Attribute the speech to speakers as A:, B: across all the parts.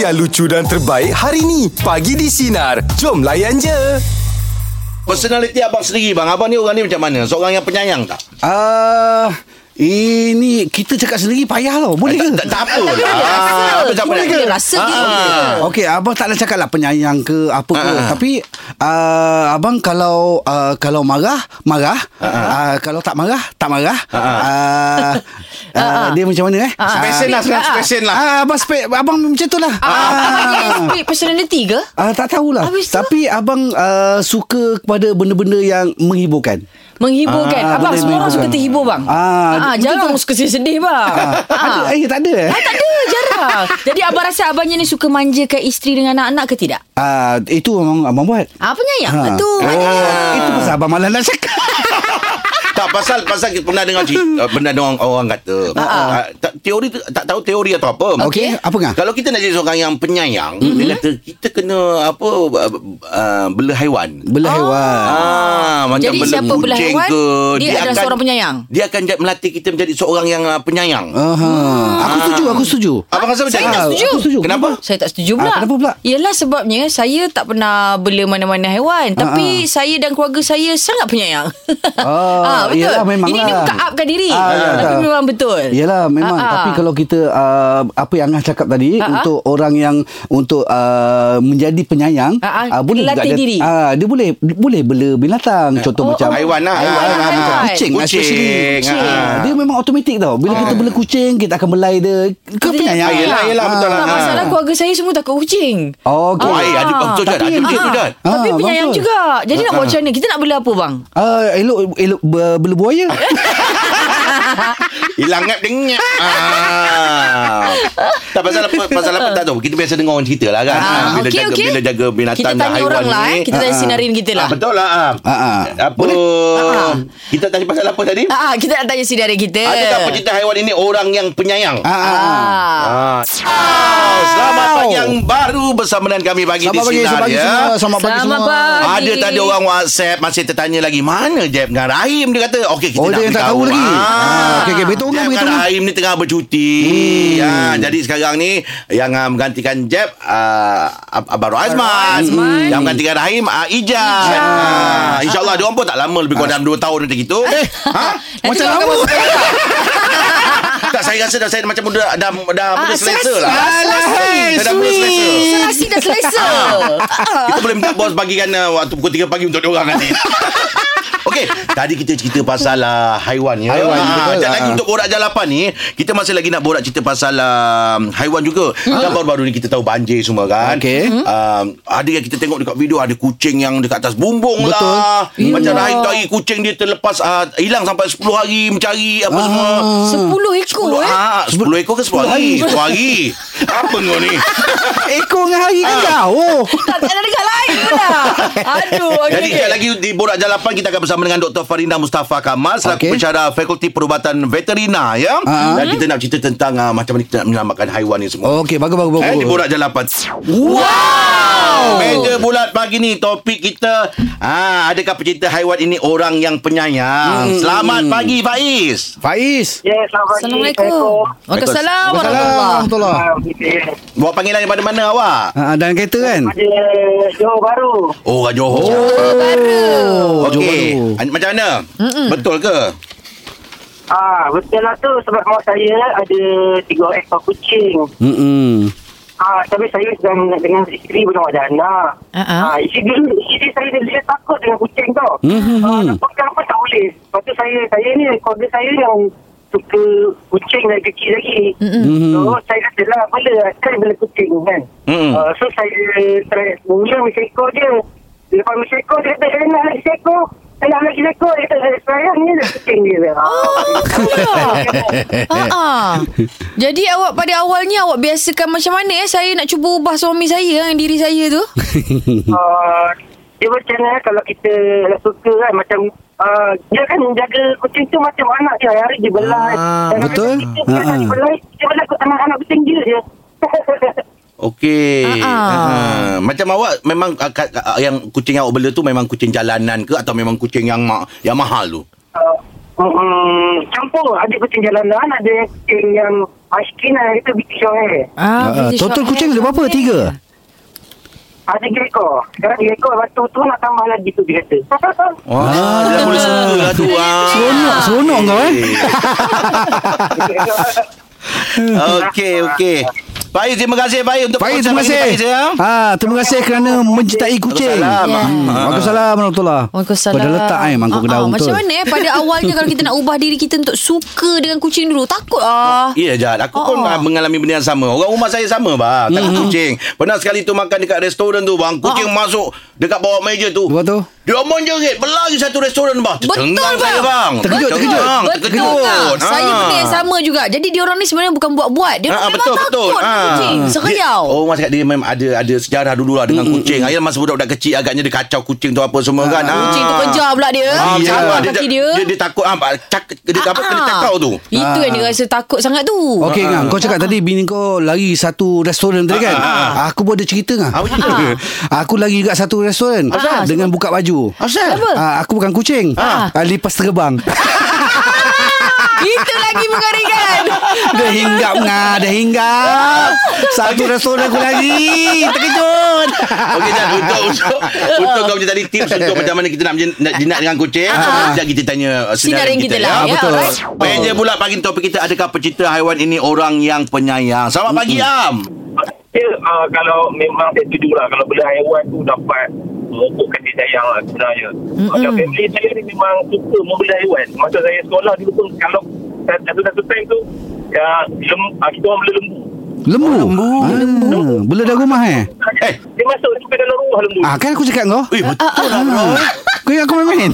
A: yang lucu dan terbaik hari ni. Pagi di Sinar. Jom layan je.
B: Personaliti abang sendiri bang Abang ni orang ni macam mana Seorang yang penyayang tak
C: Ah, ini kita cakap sendiri payah tau. Boleh ke?
B: Tak, tak apa lah
D: Dia rasa.
B: Ah, Apa siapa
D: Boleh
B: nak
D: ke? Dia rasa dia
B: Ah.
C: Okey, abang tak nak cakap lah penyayang ke apa ke.
B: Ah.
C: Tapi uh, abang kalau uh, kalau marah, marah.
B: Ah,
C: Uh, kalau tak marah, tak marah. Uh, uh, dia macam mana eh?
B: Spesen lah sekarang
D: Ah.
B: Spesen lah
C: Ah, abang spe- abang macam tu lah.
D: Ah, Abang ni personality ke?
C: Ah, tak tahulah.
D: Habis tu?
C: Tapi abang uh, suka kepada benda-benda yang menghiburkan.
D: Menghiburkan
C: Ah,
D: kan? Abang
C: boleh
D: semua orang
C: menghiburkan.
D: suka terhibur bang
C: Ah,
D: ah, Jarang orang suka sedih bang
C: Ada
D: ah.
C: eh tak ada eh?
D: Ah, tak ada jarang Jadi abang rasa abangnya ni Suka manjakan isteri dengan anak-anak ke tidak?
C: Ah, itu abang abang buat.
D: Ah, penyayang
C: Ah.
D: ha. tu
C: Oh, itu pasal abang malas nak cakap.
B: Tak pasal Pasal kita pernah dengar
D: Hmm.
B: cerita Pernah dengar orang kata Ah, tak- Teori tu- Tak tahu teori atau apa
C: Okey, apa ngah?
B: Kalau kita nak jadi seorang yang penyayang
D: Hmm.
B: Dia kata Kita kena Apa uh, Bela haiwan
D: Oh.
C: Belah hewan.
B: Ah, macam
D: Jadi
B: bela
D: siapa belah
B: kucing
D: haiwan,
B: ke,
D: dia adalah seorang penyayang.
B: Dia akan jad- melatih kita menjadi seorang yang uh, penyayang.
C: Aha.
D: Ah.
C: Aku setuju, aku setuju.
B: Abang rasa macam
D: Saya
B: mana?
D: tak setuju.
C: ah. Aku setuju.
B: Kenapa?
D: Saya tak setuju pula.
C: Ah, kenapa pula?
D: Yelah sebabnya saya tak pernah bela mana-mana haiwan. Tapi saya dan keluarga saya sangat penyayang.
C: Ah, yelah, memang
D: Ini dia
C: lah.
D: bukan upkan diri.
C: Ah, ya,
D: tapi
C: tak.
D: memang betul.
C: Yalah memang
D: Ah, ah.
C: tapi kalau kita uh, apa yang Angah cakap tadi
D: Ah, ah.
C: untuk orang yang untuk uh, menjadi penyayang
D: Ah, ah,
C: ah, boleh juga
D: latih
C: dia,
D: diri.
C: ah, dia boleh boleh bela binatang contoh
D: Oh,
C: macam
D: oh.
B: Haiwan lah.
D: Haiwan lah,
B: Ah,
D: haiwan.
C: kucing, lah especially.
B: Kucing.
C: Kucing.
B: ah.
C: Dia memang automatik tau. Bila
D: Ah.
C: kita bela kucing kita akan belai dia. Kau penyayang.
B: Ah, yelah, yelah, betul lah.
D: Tak
B: Ah.
D: masalah keluarga saya semua takut kucing.
C: Okey.
B: Oh, eh, ada betul juga. Ada betul juga.
D: Ah, tapi
C: Ah,
D: penyayang
C: betul.
D: juga. Jadi nak buat macam mana? Kita nak bela apa bang?
C: Ah, elok elok ber- bela buaya.
B: Hilang ngap dengar. Ah. Tak pasal apa, pasal apa tak tahu. Kita biasa dengar orang cerita lah kan. Ah, bila
D: okey,
B: jaga
D: okey.
B: bila jaga binatang
D: Kita
B: dan
D: tanya
B: haiwan
D: orang
B: ni.
D: lah eh. Kita tanya sinarin kita
B: Ah,
D: lah.
B: betul lah. Ah.
C: Ah, ah.
B: Apa? Kita tanya pasal apa tadi?
D: Ah, ah, kita nak tanya sinarin kita.
B: Ada tak pencinta haiwan ini orang yang penyayang?
C: Ah, ah, ah.
D: Ah.
B: Ah. Selamat pagi yang baru bersama dengan kami pagi di
C: Selamat pagi,
B: Sinar
C: selamat pagi
B: ya.
C: semua. Selamat pagi
D: Selamat
C: semua.
D: pagi.
B: Ada tadi orang WhatsApp masih tertanya lagi mana Jeb dengan Rahim dia kata okey kita
C: Oh,
B: nak
C: dia yang tak
B: beritahu.
C: tahu lagi. Ah, okey,
B: Jeb
C: okey, beritahu kan, beritahu Hmm.
B: dengan
C: kan.
B: Rahim ni tengah bercuti. Ya, jadi sekarang ni yang uh, menggantikan Jeb uh, Ab- Abang Azman.
D: Azman.
B: Yang menggantikan Rahim uh, Ijaz. Ah, InsyaAllah dia orang pun tak lama lebih
C: Ah.
B: kurang dalam 2 tahun macam gitu. Eh, ha?
C: Macam
D: Nanti
C: lama.
B: Tak saya rasa dah saya macam muda dah dah
C: Ah,
B: muda selesa lah.
C: Alah, hai,
B: Saya dah mula selesa.
D: Serasi dan selesa.
B: Ah.
D: Ah.
B: Kita boleh minta bos bagikan uh, waktu pukul 3 pagi untuk diorang nanti. Okey, tadi kita cerita pasal uh, haiwan ya.
C: Haiwan, betul.
B: dan
C: Ah.
B: lagi untuk borak jalapan ni, kita masih lagi nak borak cerita pasal uh, haiwan juga. Dan baru-baru ni kita tahu banjir semua kan.
C: Hmm. Okey. Hmm.
B: Uh, ada yang kita tengok dekat video ada kucing yang dekat atas bumbung
C: Betul.
B: lah.
D: Ya.
B: Macam Rahim tu hari kucing dia terlepas uh, hilang sampai 10 hari mencari apa semua.
C: Ah.
D: Sepuluh
C: Oh,
D: ekor eh.
B: Ah, 10 ekor ke 10 hari? 10 hari. Apa kau ni?
C: Ekor dengan hari kan jauh.
D: Tak, tak ada dekat lain pula. Aduh. okey,
B: Jadi
D: okey.
B: sekali lagi di Borak Jalapan kita akan bersama dengan Dr. Farina Mustafa Kamal selaku okay.
C: Okey.
B: pensyarah Fakulti Perubatan Veterina ya.
C: Ah.
B: Dan kita nak cerita tentang uh, macam mana kita nak menyelamatkan haiwan ni semua.
C: Okey, bagus bagus
B: Eh,
C: bagus.
B: di Borak Jalapan.
D: Wow.
B: Meja bulat pagi ni topik kita ah adakah pecinta haiwan ini orang yang penyayang. Selamat pagi Faiz.
C: Faiz.
E: Ya, selamat pagi. Ah,
D: Assalamualaikum. Waalaikumsalam warahmatullahi
C: Assalamualaikum warahmatullahi
E: Assalamualaikum.
B: Buat panggilan daripada mana awak?
C: Ah, dalam kereta kan?
E: Ada Johor Baru.
B: Oh, orang Johor.
C: Oh,
B: Okey.
C: Johor.
B: An- Ah, Macam mana? Betul ke?
E: Ah, betul lah tu sebab mak saya ada tiga ekor kucing.
C: Hmm.
E: Ah, tapi saya sedang dengan isteri belum ada anak.
D: Uh-uh.
E: Ah, isteri dulu isteri saya dia, dia takut dengan kucing tau.
C: Mhm.
E: Ah, nak pegang pun tak boleh. Lepas tu saya saya ni keluarga saya yang suka kucing dari kecil lagi.
C: Mhm.
E: So saya kata lah bela asal bela kucing kan.
B: Mm-mm.
E: Ah, so saya try mula mesekor je. Lepas mesekor dia kata saya nak lagi seekor. Saya nak lagi seekor dia kata saya ni dah kucing dia. Ah.
D: Oh, Ha ah. Jadi awak pada awalnya awak biasakan macam mana eh saya nak cuba ubah suami saya dengan diri saya tu?
C: Hmm.
E: uh, dia macam mana kalau kita suka kan macam uh, dia kan jaga kucing tu macam anak dia hari dia belai
B: Ah,
E: Dan hari
C: betul.
E: kita, dia
C: Ah, ah.
E: belai dia belai ke anak-anak kucing dia je
B: Okey.
D: Ah, ah.
B: Ah, Macam awak memang ah, ka- ka- ah, yang kucing yang awak bela tu memang kucing jalanan ke atau memang kucing yang ma- yang mahal tu?
E: Ah, mm, uh, mm, campur ada lah, kucing jalanan ada kucing yang Ashkin lah Itu British Short Hair
C: Ah,
D: Ah, British
C: total
D: Shorthair,
C: kucing ada berapa?
D: Shorthair.
C: Tiga?
E: Ada tiga ekor Sekarang tiga ekor Lepas tu tu nak tambah lagi tu Dia kata
B: Wah, ah, dah boleh suka lah tu. Ah.
C: Seronok, seronok kau eh.
B: Okey, okey. Baik, terima kasih baik untuk
C: Baik, terima
B: perkongsian
C: kasih.
B: pagi ni, Faiz, ya.
C: Ah, terima kasih kerana mencintai kucing.
B: Waalaikumsalam.
D: Ya.
C: Hmm, Waalaikumsalam warahmatullahi
D: Waalaikumsalam.
C: Pada letak eh mangkuk
D: Ah, ah,
C: kedaung tu.
D: Macam mana eh Pada awalnya Kalau kita nak ubah diri kita Untuk suka dengan kucing dulu Takut ah
B: Ya Jad Aku pun
D: Oh. Mm-hmm.
B: ah, mengalami benda yang sama Orang rumah saya sama bah Tak ada kucing Pernah sekali tu makan dekat restoran tu bang Kucing
D: Ah.
B: masuk Dekat bawah meja tu
C: Lepas tu?
B: Dia menjerit Berlari satu restoran bang
D: Betul
B: Tercengang
D: bang.
B: saya, bang
C: Terkejut, terkejut.
B: Tercengang,
D: Betul tak?
B: Ah.
D: Saya benda yang sama juga. Jadi dia orang ni sebenarnya bukan buat-buat. Dia orang
B: Ah, ah,
D: memang takut dengan kucing. Seriau.
B: Dia, Oh, orang cakap dia memang ada ada sejarah dulu lah dengan kucing. Ayah masa budak-budak kecil agaknya dia kacau kucing tu apa semua kan. Ah.
D: Kucing tu kejar pula dia.
B: Ah,
D: Ah,
B: macam
D: Cabut
B: tu.
D: kaki
B: dia,
D: dia. Ah,
B: dia, dia takut ah, cak, dia apa kena cakau tu.
D: Itu yang dia rasa takut sangat tu.
C: Ah. Okey kan, kau cakap tadi bini kau lari satu restoran tadi kan? Aku pun ada cerita kan.
B: Ah, macam mana?
C: Aku lari juga satu restoran
D: Asal?
C: dengan buka baju.
B: Asal?
D: Apa?
C: Ah, aku bukan kucing.
D: Ah.
C: Ah, lipas terbang.
D: Itu lagi mengerikan.
C: Dia hinggap ngah, dia hinggap. Satu restoran aku lari. Terkejut.
B: Okey Jan Untuk Untuk, untuk kau punya tadi Tips untuk macam mana Kita nak menjen- nak jinak dengan kucing Sekejap kita tanya uh,
D: Ah, Sinarin kita lah.
C: ya, betul.
D: alright.
B: Meja pula pagi ni topik kita Adakah pecinta haiwan ini Orang yang penyayang Selamat pagi Am
E: Ya uh, Kalau memang saya setuju lah Kalau bela haiwan tu Dapat merokok kasih sayang lah sebenarnya Macam family saya ni memang suka membela haiwan Masa saya sekolah dulu pun Kalau satu-satu time tu ya, lem, ah, Kita orang bela lembu
C: Lembu. Lembu. Ah, bela dah rumah eh?
B: Eh
E: Dia masuk sampai dalam rumah lembu
C: Ah, kan aku cakap kau. Ah.
B: Eh
D: Ah,
B: betul lah bro
C: Kau ingat aku main-main?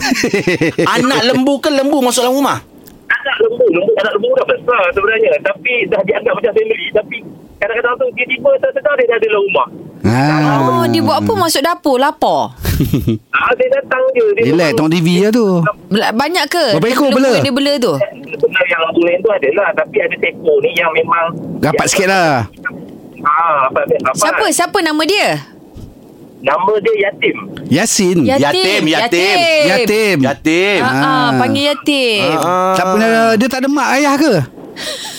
B: Anak lembu ke lembu Masuk dalam rumah
E: anak lembu lembu anak lembu dah besar sebenarnya tapi dah dianggap macam family tapi kadang-kadang tu tiba-tiba tak sedar dia dah ada dalam rumah
C: Ah.
D: Oh, dia buat apa masuk dapur? Lapar.
E: ah, dia datang je dia
C: Relax tengok TV lah tu.
D: Bela- Banyak ke?
C: Berapa ekor
D: Lembu
C: bela?
D: yang Dia bela tu.
E: sebenarnya yang lembu lain tu adalah tapi ada seekor ni yang memang
C: Rapat sikit lah.
E: ah, apa, apa, apa,
D: Siapa? Siapa nama dia?
E: nama dia Yatim
C: Yasin.
B: Yatim, yatim. Ah,
C: Yatim.
B: Yatim
D: Ah, ah, panggil yatim.
C: Tak
B: eh,
C: pernah dia tak ada mak ayah ke?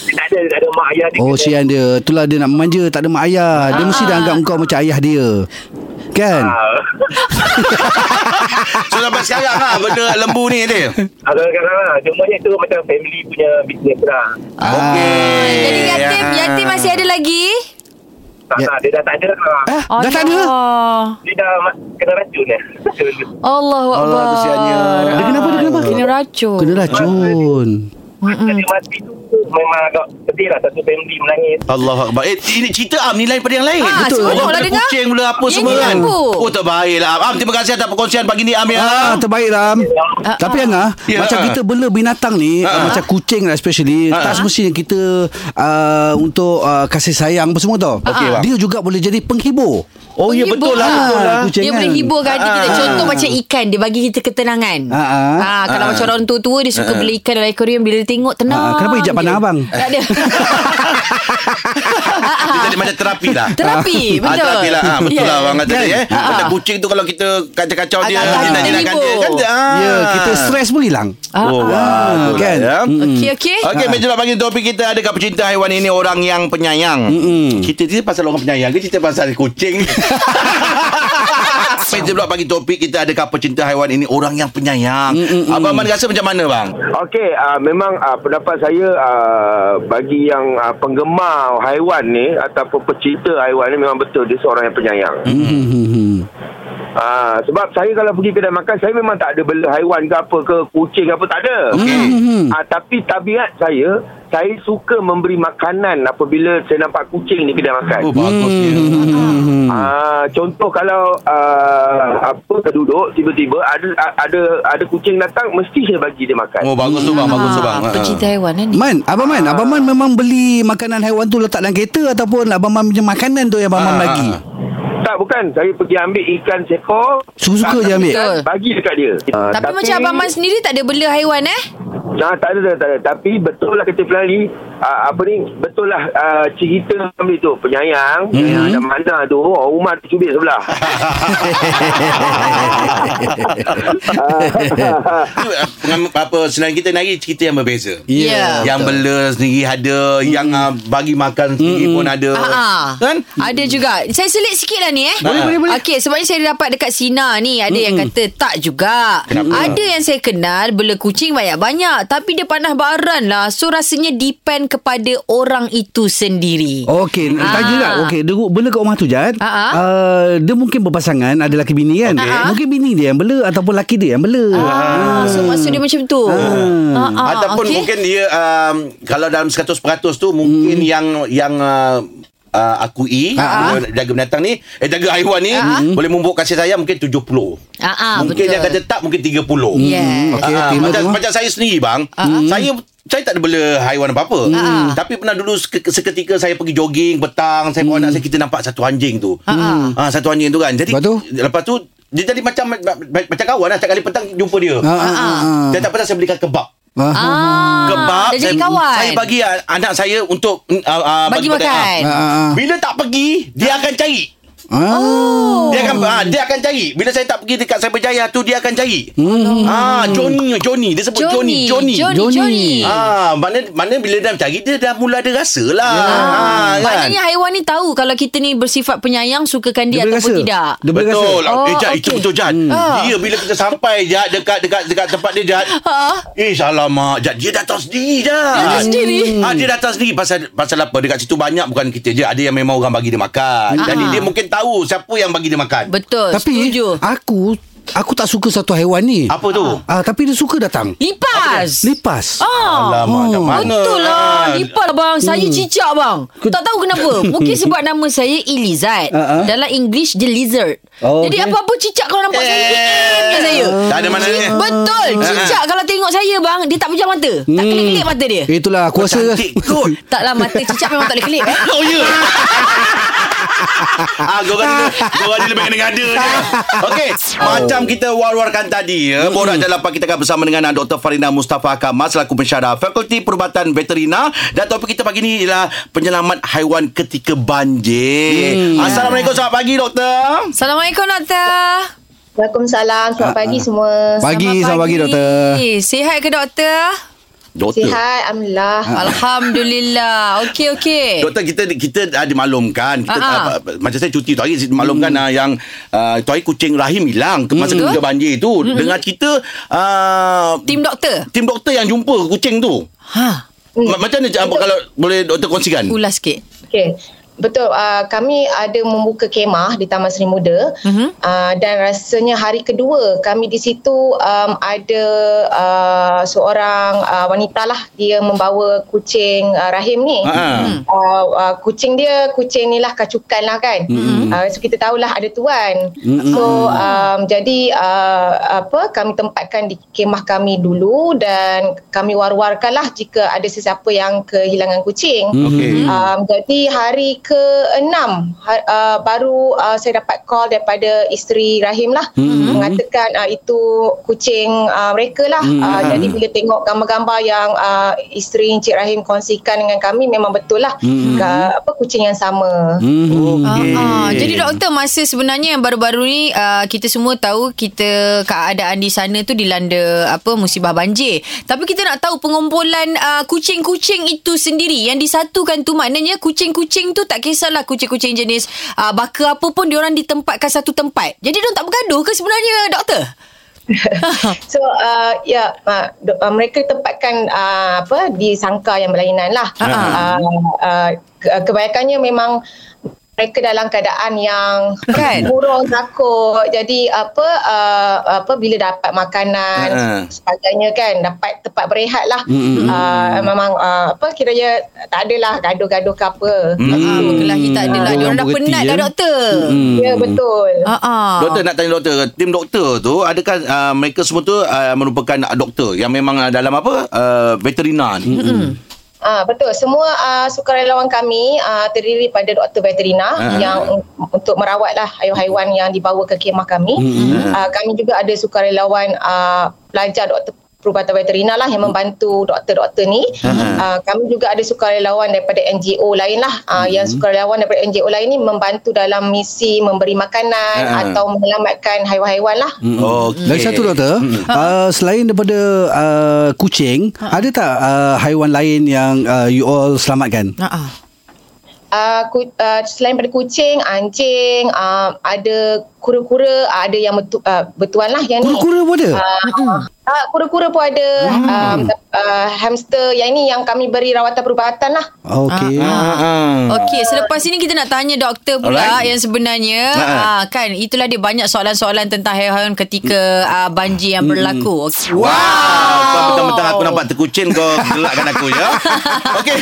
E: dia tak ada tak ada mak ayah dia
C: Oh
E: kena-
C: sian dia Itulah dia nak manja Tak ada mak ayah Dia mesti dah
D: Ah.
C: anggap kau macam ayah dia Kan
E: ah,
B: So sampai sekarang lah Benda lembu ni dia
E: ada Ah, kadang-kadang cuma itu macam family punya business lah
B: Okey
D: Ah, Jadi yatim, yatim masih ada lagi?
E: tak,
C: Ya.
E: tak, dia dah tak ada lah
C: Ah,
D: Oh,
C: Dah tak ada
D: Allah.
E: dia dah ma- kena racun eh. dah
D: Allahu Akbar.
B: Allah, kesiannya.
C: Dia kenapa, dia kenapa?
D: Kena racun.
C: Kena racun
E: Masa dia mati tu memang agak sedih lah satu family menangis
B: Allah Akbar Eh ini cerita Am Ni lain pada yang lain
D: Ah,
B: Betul
D: seronok
B: Orang
D: lah
B: bela
D: dengar.
B: kucing Bela apa
D: Yang
B: semua
D: ni
B: kan
D: lembu.
B: Oh terbaik lah Am. Am terima kasih atas perkongsian pagi ni Am ya
C: Ah, terbaik Ram
E: Ah,
C: Tapi yang ah,
B: Ya.
C: Macam kita bela binatang ni Macam kucing lah especially
B: Ah.
C: Tak semestinya kita ah, Untuk ah, kasih sayang apa semua tau
B: Okey, bang.
C: Dia juga boleh jadi penghibur
B: Oh ya
D: Penghibur.
B: betul lah
D: Ah,
B: betul lah.
C: kucing
D: dia
C: kan.
D: boleh hibur kan hati kita.
B: Ah.
D: Contoh macam ikan, dia bagi kita ketenangan.
C: Ah, ah.
D: Ah, kalau macam orang tua-tua dia
B: Ah,
D: suka beli ikan dalam akuarium bila dia tengok tenang.
C: Ah, ah. Kenapa hijab
D: je.
C: pandang abang?
D: Tak ada.
B: Dia jadi macam terapi lah
D: ah. Terapi,
B: Ah,
D: betul. Ya,
B: terapi lah ah, Betul
D: Yeah.
B: lah abang kata
C: Kan?
B: tadi eh
D: Ah.
B: Macam kucing tu kalau kita kacau-kacau dia
D: Agak-agak
B: Kita
D: kita
B: jinakkan
D: hibur.
B: dia kan dia, ah.
C: Ya kita stres pun hilang
D: Ah,
B: Oh, wah,
C: ah.
B: betul
C: Kan?
B: lah, ya.
D: Okey, okey.
B: Okey, meja pula pagi ni topik kita adakah pecinta haiwan ini orang yang penyayang?
C: Mm-mm.
B: Cerita dia pasal orang penyayang ke cerita pasal kucing? meja pula pagi topik kita adakah pecinta haiwan ini orang yang penyayang? Abang Man rasa macam mana bang?
F: Okey, uh, memang uh, pendapat saya uh, bagi yang uh, penggemar haiwan ni ataupun pecinta haiwan ni memang betul dia seorang yang penyayang. Hmm.
C: Hmm, hmm, hmm.
F: Uh, sebab saya kalau pergi kedai makan saya memang tak ada bela haiwan ke apa ke kucing ke apa tak ada.
B: Okey.
F: Uh, tapi tabiat saya saya suka memberi makanan apabila saya nampak kucing di kedai makan.
B: Oh, bagus dia.
C: Hmm.
F: Ah, contoh kalau uh, apa duduk tiba-tiba ada ada ada kucing datang mesti saya bagi dia makan.
B: Oh, bagus tu bang, bagus tu bang. Ah.
D: Pecinta haiwan kan ni.
C: Man, Abang Man, Abang Man memang beli makanan haiwan tu letak dalam kereta ataupun Abang Man punya makanan tu yang Abang Man
B: Ah,
C: bagi?
B: ah,
F: Tak bukan Saya pergi ambil ikan seekor
C: Suka-suka je ambil?
D: Betul.
F: Bagi dekat dia uh,
D: Tapi, macam abang Man sendiri tak ada bela haiwan eh?
F: Nah, Ah, tak ada, tak ada, tak ada. Tapi betul lah kata Filali, uh, apa ni, betul lah uh, cerita kami tu. Penyayang, penyayang dan mana tu, orang rumah tu cubit sebelah.
B: Itu, ah, pengam- apa senang kita nari cerita yang berbeza.
D: Ya.
B: Yang bela sendiri ada, yang ah, bagi makan sendiri pun ada.
D: Ah,
B: Kan?
D: Ada juga. Saya selit sikit lah ni eh.
B: Boleh, boleh,
D: boleh. Okey, sebabnya saya dapat dekat Sina ni. Ada yang kata tak juga.
B: Kenapa?
D: Ada yang saya kenal bela kucing banyak-banyak. Tapi dia panah baran lah. So rasanya depend kepada orang itu sendiri.
B: Oh.
C: Okey,
D: Ah.
C: tanya lah. Okey, dia bela kat rumah tu Jad.
D: Ah, ah.
C: Uh, dia mungkin berpasangan, ada laki bini kan.
D: Okey.
C: Mungkin bini dia yang bela ataupun laki dia yang bela.
D: Ah, so maksud dia macam tu. Ah, ah,
B: Hmm. Ataupun
D: okey.
B: mungkin dia um, kalau dalam 100% tu mungkin
C: Hmm.
B: yang yang uh, uh, akui
C: Ah,
B: uh jaga binatang ni eh jaga haiwan ni boleh membuat kasih sayang mungkin 70.
D: Ah, ah,
B: mungkin
D: betul.
B: dia kata tak mungkin 30.
D: Yes.
C: Hmm, Okey,
B: Ah,
C: terima Ah,
B: macam,
C: tu.
B: macam saya sendiri bang, saya saya tak ada bela haiwan apa-apa.
C: Hmm.
D: Ah.
B: Tapi pernah dulu seke- seketika saya pergi jogging petang, saya
C: Hmm.
B: bawa anak saya kita nampak satu anjing tu.
D: Ah.
B: Ah, satu anjing tu kan. Jadi
C: Lepas tu?
B: lepas tu dia jadi macam macam kawan lah. Setiap kali petang jumpa dia.
C: Ah, ah, ah.
B: Dan tak pernah saya belikan kebab
C: Ah.
D: Ah,
B: kebab
D: Dah jadi
B: saya,
D: kawan.
B: saya bagi ah, anak saya untuk mm, ah, ah,
D: Bagi
B: pada-
D: makan.
C: Ah, ah,
B: ah.
C: ah.
B: bila tak pergi dia akan cari
D: Oh.
B: dia akan ah, dia akan cari bila saya tak pergi dekat Cyberjaya tu dia akan cari hmm. ah Johnny Johnny dia sebut Johnny Johnny,
D: Johnny. Johnny.
C: Johnny.
D: Johnny.
B: Ah, mana mana bila dia cari dia dah mula ada rasa lah. Ah, kan?
D: Ya. Maknanya haiwan ni tahu kalau kita ni bersifat penyayang sukakan
C: Dia
D: dia,
C: boleh
D: ataupun
C: rasa.
D: tidak.
C: Dia boleh rasa.
B: Betul.
D: Oh,
B: Oh, eh, Jad,
D: okey.
B: itu betul Jad.
D: Ah.
B: Dia bila kita sampai Jad dekat dekat dekat tempat dia Jad.
D: Ah.
B: Ish, alamak. Jad, dia datang sendiri Jad.
D: Dia datang sendiri?
B: Ah, dia datang sendiri pasal pasal apa? Dekat situ banyak bukan kita je. Ada yang memang orang bagi dia makan. Jadi
D: Ah.
B: dia mungkin tahu siapa yang bagi dia makan.
D: Betul.
C: Tapi
D: Oh,
C: Ah.
D: setuju.
C: aku aku tak suka satu haiwan ni.
B: Apa tu?
C: Ah, tapi dia suka datang.
D: Lipas.
C: Lipas.
D: Ah.
B: Alamak, kat mana?
D: Betul lah
B: Ah.
D: Lipas lah bang Saya
C: Hmm.
D: cicak bang Tak tahu kenapa Mungkin sebab nama saya Ilizat
C: Ah, ah.
D: Dalam English Dia lizard
C: Oh,
D: Jadi
C: okey.
D: apa-apa cicak Kalau nampak saya
B: Eh.
D: eh, Kat saya
B: Tak ada maknanya.
D: Betul
B: Ah, ah.
D: Cicak kalau tengok saya bang Dia tak pejam mata Tak
C: Hmm.
D: kelip-kelip mata dia
C: Itulah aku rasa
B: Cantik kot.
C: Eh.
D: Taklah mata cicak Memang tak boleh kelip eh?
B: Oh, ya. ah, korang ni, korang ni lebih kena ngada je. Okey, macam kita war-warkan tadi ya. Borak jalan pagi kita akan bersama dengan ah, Dr. Farina Mustafa Kamal selaku pensyarah Fakulti Perubatan Veterina dan topik kita pagi ni ialah penyelamat haiwan ketika banjir.
D: Mm.
B: Assalamualaikum, selamat pagi doktor.
D: Assalamualaikum Doktor
G: Waalaikumsalam. Selamat pagi
C: Ah,
G: semua.
C: Pagi, selamat pagi, doktor.
D: Sihat ke doktor?
B: Doktor.
G: Sihat, Alhamdulillah.
C: Ah.
D: Alhamdulillah Okey okey
B: Doktor kita kita ada dimaklumkan kita
D: Ah, ah.
B: uh,
D: Mm.
B: macam saya cuti tu hari dimaklumkan uh, yang uh, tu hari kucing rahim hilang ke- masa
D: Betul.
B: ketika banjir tu dengan kita uh,
D: Tim doktor
B: tim doktor yang jumpa kucing tu.
D: Ha
B: Ma- Macam mana cakap kalau boleh doktor kongsikan?
D: Ulas sikit
G: Okey. Betul, uh, kami ada membuka kemah di Taman Seri Muda
D: Mhm.
G: uh, dan rasanya hari kedua kami di situ um, ada uh, seorang uh, wanita lah dia membawa kucing uh, rahim ni.
B: Ha.
G: Uh, uh, kucing dia, kucing ni lah kacukan lah kan. Uh, so kita tahulah ada tuan. So um, jadi uh, apa kami tempatkan di kemah kami dulu dan kami war-warkan lah jika ada sesiapa yang kehilangan kucing.
B: Okey.
G: Um, jadi hari ke-6 ha- uh, baru uh, saya dapat call daripada isteri Rahim lah mm-hmm. mengatakan uh, itu kucing uh, mereka lah. Mm-hmm. Uh, jadi bila tengok gambar-gambar yang uh, isteri Encik Rahim kongsikan dengan kami memang betul lah mm-hmm. uh, apa kucing yang sama. Mm.
D: Okay. Ah, jadi doktor masa sebenarnya yang baru-baru ni uh, kita semua tahu kita keadaan di sana tu dilanda apa musibah banjir. Tapi kita nak tahu pengumpulan uh, kucing-kucing itu sendiri yang disatukan tu maknanya kucing-kucing tu tak kisahlah kucing-kucing jenis uh, baka apa pun diorang ditempatkan satu tempat. Jadi diorang tak bergaduh ke sebenarnya doktor?
G: So uh, ya uh, do- uh, mereka tempatkan uh, apa di sangka yang berlainan lah. Uh, uh, ke- kebanyakannya memang mereka dalam keadaan yang
D: Kan?
G: burung takut. Jadi apa uh, apa bila dapat makanan
B: Ha.
G: sebagainya kan dapat tempat berehat lah. Uh, memang uh, apa kiranya tak adalah gaduh-gaduh ke apa. Hmm.
D: Ah, berkelahi tak adalah.
C: Orang
D: Diorang dah
C: berhenti,
D: penat dah
C: ya?
D: doktor.
G: Ya betul.
D: Ah, ah.
B: Doktor nak tanya doktor, tim doktor tu adakah uh, mereka semua tu uh, merupakan doktor yang memang uh, dalam apa? Uh, veterina ni. Mm-hmm.
G: Ah betul semua uh, sukarelawan kami uh, terdiri pada doktor veterina
B: Ah.
G: yang un- untuk lah merawatlah Ah, haiwan-haiwan yang dibawa ke kemah kami. Uh, kami juga ada sukarelawan uh, ah, pelajar doktor perubatan veterina lah yang membantu doktor-doktor ni. Uh, kami juga ada sukarelawan daripada NGO lain lah. Uh, Yang sukarelawan daripada NGO lain ni membantu dalam misi memberi makanan
B: Ha.
G: atau menyelamatkan haiwan-haiwan lah.
B: Okey.
C: Lagi satu doktor, uh, selain daripada uh, kucing, ada tak uh, haiwan lain yang uh, you all selamatkan?
D: Ha.
G: Uh, ku, uh, selain daripada kucing, anjing, uh, ada kura-kura, uh, ada yang betu, uh, betuan lah yang ni.
C: Kura-kura pun ada?
G: Uh, uh, kura-kura pun ada. Um, uh, hamster yang ni yang kami beri rawatan perubatan lah.
C: Okey.
B: ah.
D: Okey, selepas ini kita nak tanya doktor pula
B: Hmm. Alright.
D: Alright. yang sebenarnya
B: Ha, ha.
D: ah, kan itulah dia banyak soalan-soalan tentang haiwan ketika ah, banjir yang berlaku. Okey.
B: Wow, wow. Bentang-bentang aku nampak terkucin Kau gelakkan aku ya Okey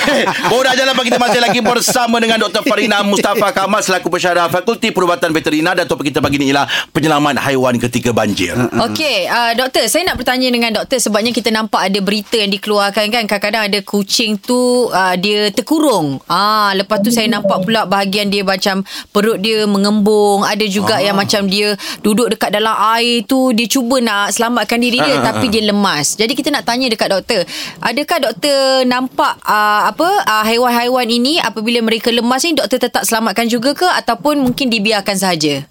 B: Borak jalan pagi kita masih lagi Bersama dengan Dr. Farina Mustafa Kamal Selaku pensyarah Fakulti Perubatan Veterina Dan topik kita pagi ni ialah Penyelamat haiwan ketika banjir
D: Okey, uh, doktor, saya nak bertanya dengan doktor sebabnya kita nampak ada berita yang dikeluarkan kan kadang-kadang ada kucing tu uh, dia terkurung. Ah, lepas tu saya nampak pula bahagian dia macam perut dia mengembung, ada
B: Ah.
D: juga yang macam dia duduk dekat dalam air tu dia cuba nak selamatkan diri dia
B: Ah, ah,
D: tapi dia lemas. Jadi kita nak tanya dekat doktor, adakah doktor nampak uh, apa uh, haiwan-haiwan ini apabila mereka lemas ni doktor tetap selamatkan juga ke ataupun mungkin dibiarkan saja?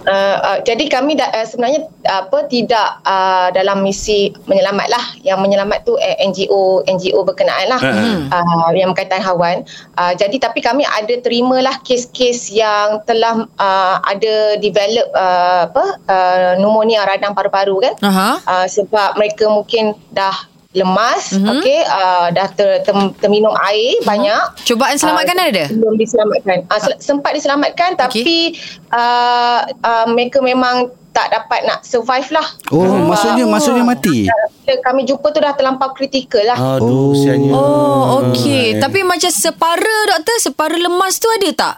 G: Uh, uh, jadi kami da, uh, sebenarnya uh, apa tidak uh, dalam misi menyelamat lah. Yang menyelamat tu eh, NGO NGO berkenaan lah
B: Hmm.
G: uh, yang berkaitan hawan. Uh, jadi tapi kami ada terimalah kes-kes yang telah uh, ada develop uh, apa uh, pneumonia radang paru-paru kan.
D: Aha.
G: Uh, sebab mereka mungkin dah lemas, mm-hmm. okey, uh, dah ter, ter, terminum air mm-hmm. banyak.
D: Cubaan selamatkan
G: Ah,
D: ada?
G: Belum diselamatkan. Uh, sel- sempat diselamatkan tapi uh, uh, mereka memang tak dapat nak survive lah.
C: Oh, maksudnya maksudnya mati. Ah.
G: Bila Kami jumpa tu dah terlampau kritikal lah.
C: Aduh, sianya.
D: Oh, okey. Tapi macam separa doktor, separa lemas tu ada tak?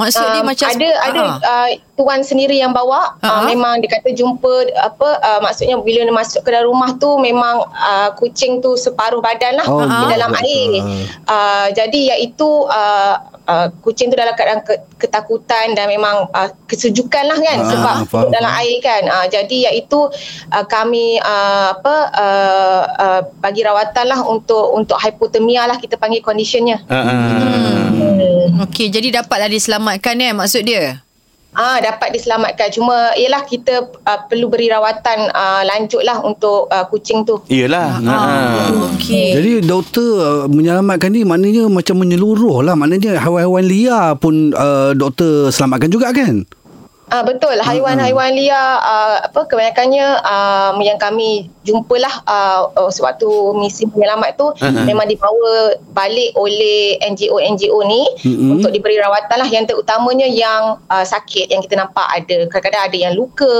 D: Maksud dia
G: Um,
D: macam
G: ada ada
D: Ah.
G: uh, tuan sendiri yang bawa
D: Ah.
G: uh memang dia kata jumpa apa uh, maksudnya bila dia masuk ke dalam rumah tu memang uh, kucing tu separuh badan lah
C: Oh,
G: di
C: ya.
G: dalam air uh, jadi iaitu uh, uh, kucing tu dalam keadaan ke- ketakutan dan memang uh, kesejukan lah kan
C: Ah,
G: sebab
C: faham,
G: dalam
C: faham.
G: air kan uh, jadi iaitu uh, kami uh, apa uh, uh, bagi rawatan lah untuk untuk hipotermia lah kita panggil conditionnya
D: Ah. Okey, jadi dapatlah diselamatkan eh maksud dia.
G: Ah dapat diselamatkan cuma ialah kita uh, perlu beri rawatan uh, lanjut lah untuk uh, kucing tu.
B: Iyalah
D: Ah, okey.
C: Jadi doktor uh, menyelamatkan ni maknanya macam menyeluruh lah. Maknanya haiwan-haiwan liar pun uh, doktor selamatkan juga kan?
G: Ah betul haiwan-haiwan liar uh, apa kebanyakannya uh, yang kami jumpalah uh, uh, sewaktu misi penyelamat tu memang dibawa balik oleh NGO-NGO ni untuk diberi rawatan lah yang terutamanya yang uh, sakit yang kita nampak ada kadang-kadang ada yang luka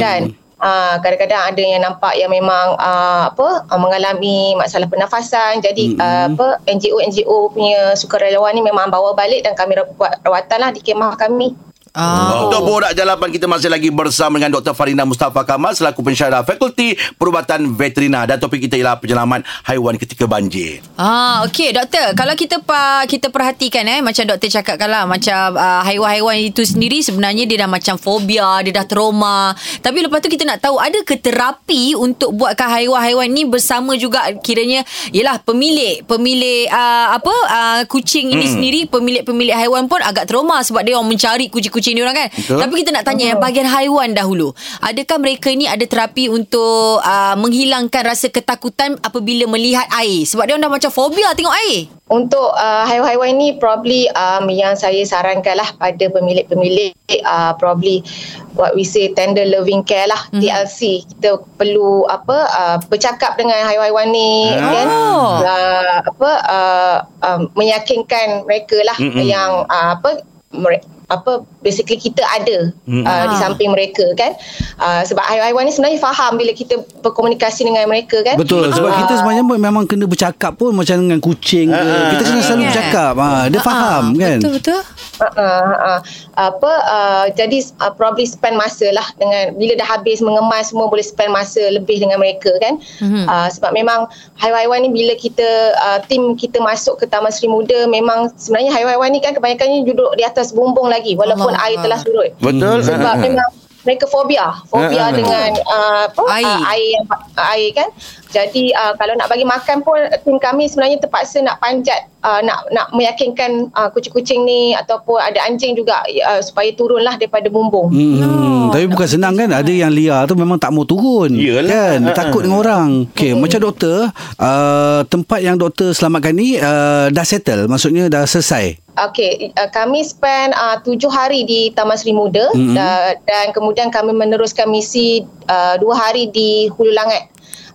G: kan Ah, kadang-kadang ada yang nampak yang memang ah, apa ah, mengalami masalah pernafasan. Jadi ah, apa NGO NGO punya sukarelawan ni memang bawa balik dan kami ra- buat rawatan lah di kemah kami.
D: Ah.
B: Untuk borak jalapan kita masih lagi bersama dengan Dr. Farina Mustafa Kamal selaku pensyarah Fakulti Perubatan Veterina dan topik kita ialah penyelamat haiwan ketika banjir.
D: Ah, okey doktor. Kalau kita pa, kita perhatikan eh macam doktor cakapkan lah macam uh, haiwan-haiwan itu sendiri sebenarnya dia dah macam fobia, dia dah trauma. Tapi lepas tu kita nak tahu ada ke terapi untuk buatkan haiwan-haiwan ni bersama juga kiranya ialah pemilik, pemilik uh, apa uh, kucing ini sendiri, pemilik-pemilik haiwan pun agak trauma sebab dia orang mencari kucing-kucing dia orang kan.
B: Betul.
D: Tapi kita nak tanya yang bahagian haiwan dahulu. Adakah mereka ni ada terapi untuk uh, menghilangkan rasa ketakutan apabila melihat air? Sebab dia orang dah macam fobia tengok air.
G: Untuk uh, haiwan-haiwan ni probably um, yang saya sarankan lah pada pemilik-pemilik uh, probably what we say tender loving care lah
C: Mhm.
G: mm. TLC kita perlu apa uh, bercakap dengan haiwan-haiwan ni
B: Ah.
G: kan
C: Oh.
G: uh, apa uh, um, meyakinkan mereka lah mm yang uh, apa mere- apa basically kita ada mm. uh,
D: Ah.
G: di samping mereka kan uh, sebab haiwan-haiwan ni sebenarnya faham bila kita berkomunikasi dengan mereka kan
C: Betul sebab
G: Ah.
C: kita sebenarnya pun memang kena bercakap pun macam dengan kucing ke. Kita kena selalu
D: Kan?
C: bercakap. Ha, dia faham
D: Ah,
C: kan?
D: Betul betul.
G: Uh, uh, apa uh, jadi uh, probably spend masa lah dengan bila dah habis mengemas semua boleh spend masa lebih dengan mereka kan mm-hmm. uh, sebab memang haiwan-haiwan ni bila kita uh, tim kita masuk ke Taman Seri Muda memang sebenarnya haiwan-haiwan ni kan kebanyakannya duduk di atas bumbung lagi walaupun
D: Allah
G: air
D: Allah.
G: telah surut
B: Betul.
G: sebab memang mereka fobia
B: Ah,
G: fobia
B: ah.
G: dengan uh, apa
D: Air.
G: ah, air yang ah, air kan jadi uh, kalau nak bagi makan pun tim kami sebenarnya terpaksa nak panjat uh, nak nak meyakinkan uh, kucing-kucing ni ataupun ada anjing juga uh, supaya turunlah daripada bumbung
C: Hmm, tapi bukan senang kan Ada yang liar tu memang tak mau turun
B: Yelah.
C: kan?
B: Ha-ha.
C: Takut dengan orang okay, Macam doktor uh, Tempat yang doktor selamatkan ni uh, Dah settle Maksudnya dah selesai
G: Okey, uh, kami spend uh, tujuh hari di Taman Seri Muda mm-hmm. uh, dan kemudian kami meneruskan misi uh, dua hari di Hulu Langat.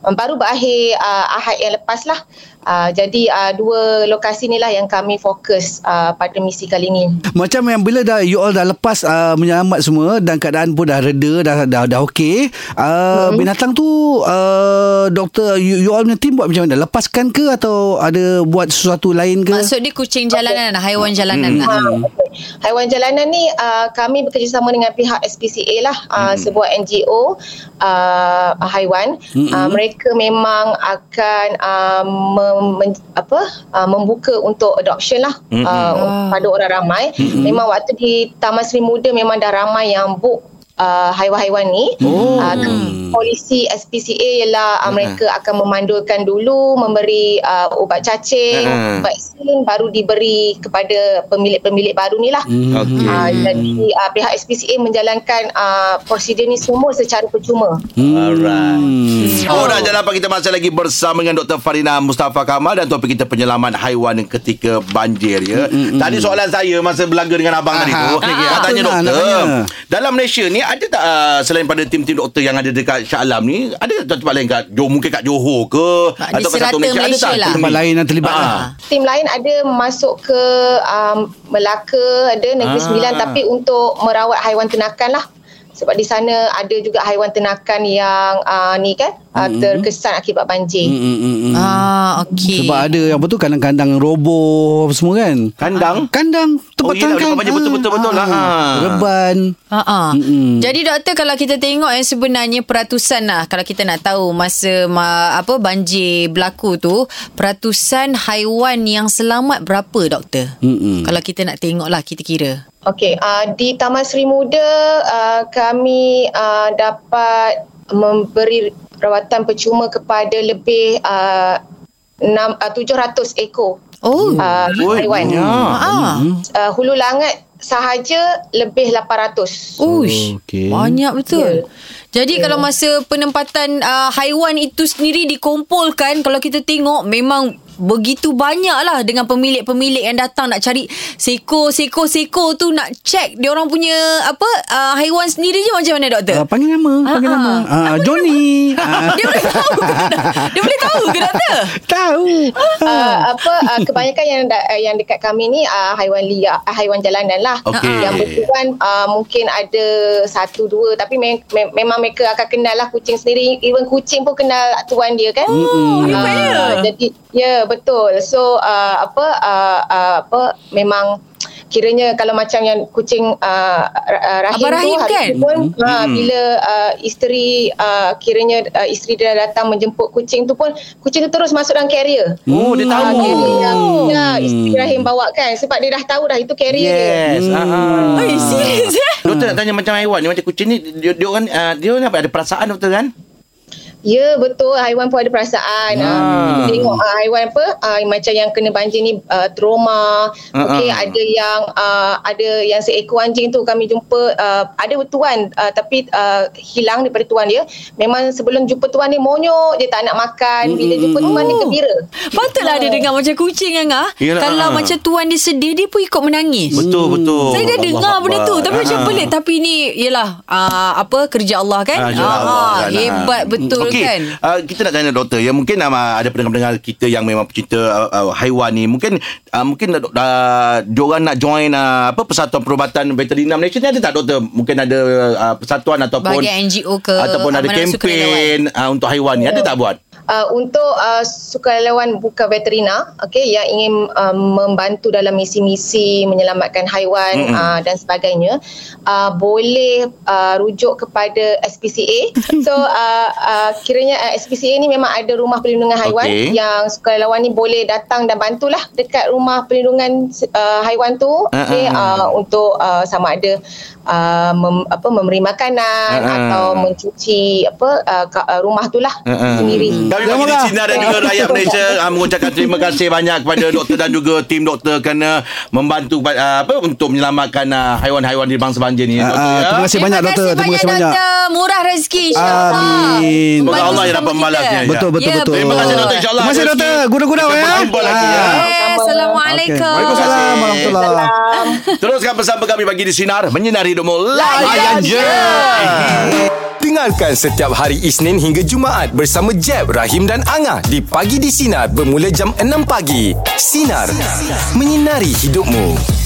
G: Um, baru berakhir uh, Ahad yang lepas lah. Uh, jadi uh, dua lokasi inilah yang kami fokus uh, pada misi kali ini.
C: Macam yang bila dah you all dah lepas uh, menyelamat semua dan keadaan pun dah reda dah dah dah okey. Uh, binatang tu uh, doktor you, you all punya team buat macam mana? Lepaskan ke atau ada buat sesuatu lain ke?
D: Maksud dia kucing jalanan Haiwan jalanan lah.
G: Ah, okey. Haiwan jalanan ni uh, kami bekerjasama dengan pihak SPCA lah uh, sebuah NGO uh, haiwan uh, mereka memang akan uh, mem, men- apa uh, membuka untuk adoption lah uh, pada orang ramai memang waktu di Taman Seri Muda memang dah ramai yang book Uh, haiwan-haiwan ni oh. uh, polisi SPCA ialah uh, mereka akan memandulkan dulu memberi uh, ubat cacing
B: Ah.
G: vaksin baru diberi kepada pemilik-pemilik baru ni lah
B: Okey.
G: Ah, jadi ah, pihak SPCA menjalankan ah, prosedur ni semua secara percuma.
B: Hmm. Alright.
C: Hmm.
B: Oh, Orang jalan apa kita masih lagi bersama dengan Dr. Farina Mustafa Kamal dan topik kita penyelaman haiwan ketika banjir ya. Tadi soalan saya masa berlaga dengan abang
C: Hmm, Aha,
B: tadi tu,
C: okey, okey.
B: saya tanya
C: Betul lah,
B: doktor.
C: nak
B: Dalam Malaysia ni ada tak uh, selain pada tim-tim doktor yang ada dekat Shah Alam ni, ada tak tempat lain kat Johor mungkin kat Johor ke
D: Ah, di serata Malaysia lah.
C: Tempat lain yang terlibat
B: Ah.
C: lah.
G: Tim lain ada masuk ke um, Melaka, ada
B: Ah.
G: Negeri Sembilan tapi untuk merawat haiwan ternakan lah. Sebab di sana ada juga haiwan ternakan yang ah, ni kan ah, terkesan akibat banjir.
C: Mm, mm, mm.
D: Ah, okey.
C: Sebab ada apa tu kandang-kandang roboh apa semua kan?
B: Kandang?
C: Kandang tempat
B: Oh, yelah,
C: tangkai.
B: dekat banjir, betul, betul, betul lah. Ah.
C: Reban.
D: Ha
C: Mm-mm.
D: Jadi doktor kalau kita tengok yang sebenarnya peratusan lah kalau kita nak tahu masa ma, apa banjir berlaku tu peratusan haiwan yang selamat berapa doktor?
C: Mm-mm.
D: Kalau kita nak tengok lah kita kira.
G: Okey, ah, di Taman Seri Muda ah, kami ah, dapat memberi rawatan percuma kepada lebih uh, 6 uh, 700 ekor
D: Oh.
G: uh, haiwan.
D: Ah.
G: Uh, hulu langat sahaja lebih 800.
D: Uish,
C: Okey.
D: banyak betul. Jadi kalau masa penempatan uh, haiwan itu sendiri dikumpulkan kalau kita tengok memang begitu banyak lah dengan pemilik-pemilik yang datang nak cari seko seko seko tu nak check dia orang punya apa uh, haiwan sendiri je macam mana doktor?
C: Uh, panggil nama, panggil
D: Ah,
C: nama.
D: ah.
C: Uh, Johnny. Ah,
D: Dia boleh tahu ke doktor? Dia boleh tahu ke doktor?
C: Tahu.
G: Uh, apa uh, kebanyakan yang da- uh, yang dekat kami ni uh, haiwan liar, uh, haiwan jalanan lah.
B: Okey.
G: Yang berkurang uh, mungkin ada satu dua tapi me- me- memang mereka akan kenal lah kucing sendiri. Even kucing pun kenal tuan dia kan. Oh, uh, jadi ya yeah, betul. So uh, apa uh, uh, apa memang kiranya kalau macam yang kucing uh, ra- uh, rahim
D: Abang
G: tu
D: Rahim
G: hari
D: kan?
G: tu pun ha, bila uh, isteri uh, kiranya uh, isteri dia datang menjemput kucing tu pun kucing tu terus masuk dalam carrier.
B: Oh,
C: Hmm.
B: dia tahu.
G: Ah, carrier yang
B: Hmm.
G: ya, isteri Rahim bawa kan sebab dia dah tahu dah itu carrier dia.
B: Yes. Hmm.
D: Oh, serius eh?
B: Doktor nak tanya macam haiwan ni macam kucing ni dia dia orang uh, dia orang apa ada perasaan doktor kan?
G: Ya betul haiwan pun ada perasaan.
B: Ah.
G: Ah. Tengok ah, haiwan apa ah, macam yang kena banjir ni ah, trauma. Mungkin
B: ah.
G: ada yang ah, ada yang seekor anjing tu kami jumpa ah, ada tuan ah, tapi ah, hilang daripada tuan dia. Memang sebelum jumpa tuan dia monyok dia tak nak makan. Bila jumpa tuan dia gembira.
D: Patutlah dia dengar macam kucing Angah.
B: Yelah,
D: Kalau
B: ah.
D: macam tuan dia sedih dia pun ikut menangis.
B: Betul betul.
D: Saya dah
B: Oh, Allah
D: dengar benda tu
B: Akbar.
D: Tapi macam
B: Ah.
D: pelik Tapi ni Yelah uh, Apa kerja Allah kan
B: Ah,
D: ah,
B: je lah, Allah kan.
D: Hebat
B: Ah.
D: betul
B: Okey,
D: kan
B: ah, kita nak tanya doktor ya mungkin um, ah, ada pendengar-pendengar kita yang memang pecinta uh, uh, haiwan ni mungkin uh, mungkin uh, diorang nak join uh, apa persatuan perubatan veterina Malaysia ni ada tak doktor mungkin ada uh, persatuan ataupun
D: Bahagian NGO ke
B: ataupun ada
D: Amanah Sukarelawan.
B: kempen uh, untuk haiwan ni ada tak buat
G: uh, untuk uh, sukarelawan buka veterina okey yang ingin uh, membantu dalam misi-misi menyelamatkan haiwan uh, dan sebagainya uh, boleh uh, rujuk kepada SPCA so uh, uh, kiranya uh, SPCA ni memang ada rumah perlindungan haiwan
B: Okey.
G: okay. yang sukarelawan ni boleh datang dan bantulah dekat rumah perlindungan uh, haiwan tu
B: Ah,
G: okey uh, untuk uh, sama ada uh, mem, apa memberi makanan
B: Ah, ah.
G: atau mencuci apa uh, ka- uh, rumah tu lah
B: Ah, ah.
G: sendiri
B: Kami bagi di
C: Janganlah.
B: Cina dan juga rakyat Malaysia uh, mengucapkan terima kasih banyak kepada doktor dan juga tim doktor kerana membantu uh, apa untuk menyelamatkan uh, haiwan-haiwan di bangsa banjir ni.
C: Ah,
B: doktor,
C: ah,
B: ya.
C: terima kasih banyak doktor. Terima kasih banyak.
D: doktor. Murah rezeki insyaAllah.
C: Amin.
B: Semoga
D: Bantu
B: Allah yang
D: sesama
B: dapat
D: kita.
B: membalasnya.
C: Betul betul
D: Ya,
C: betul.
D: Terima kasih, doktor.
B: InsyaAllah.
C: Terima kasih doktor. Gurau-gurau
B: Kita
C: ya.
B: berjumpa lagi, ya.
D: Eh, Assalamualaikum.
C: Okay. Waalaikumsalam
B: Terima kasih.
C: warahmatullahi.
B: Teruskan bersama kami bagi di Sinar Menyinari Hidupmu Layan
D: Layan
B: je
A: Dengarkan setiap hari Isnin hingga Jumaat bersama Jeb, Rahim dan Angah di Pagi di Sinar bermula jam 6 pagi. Sinar. Menyinari hidupmu.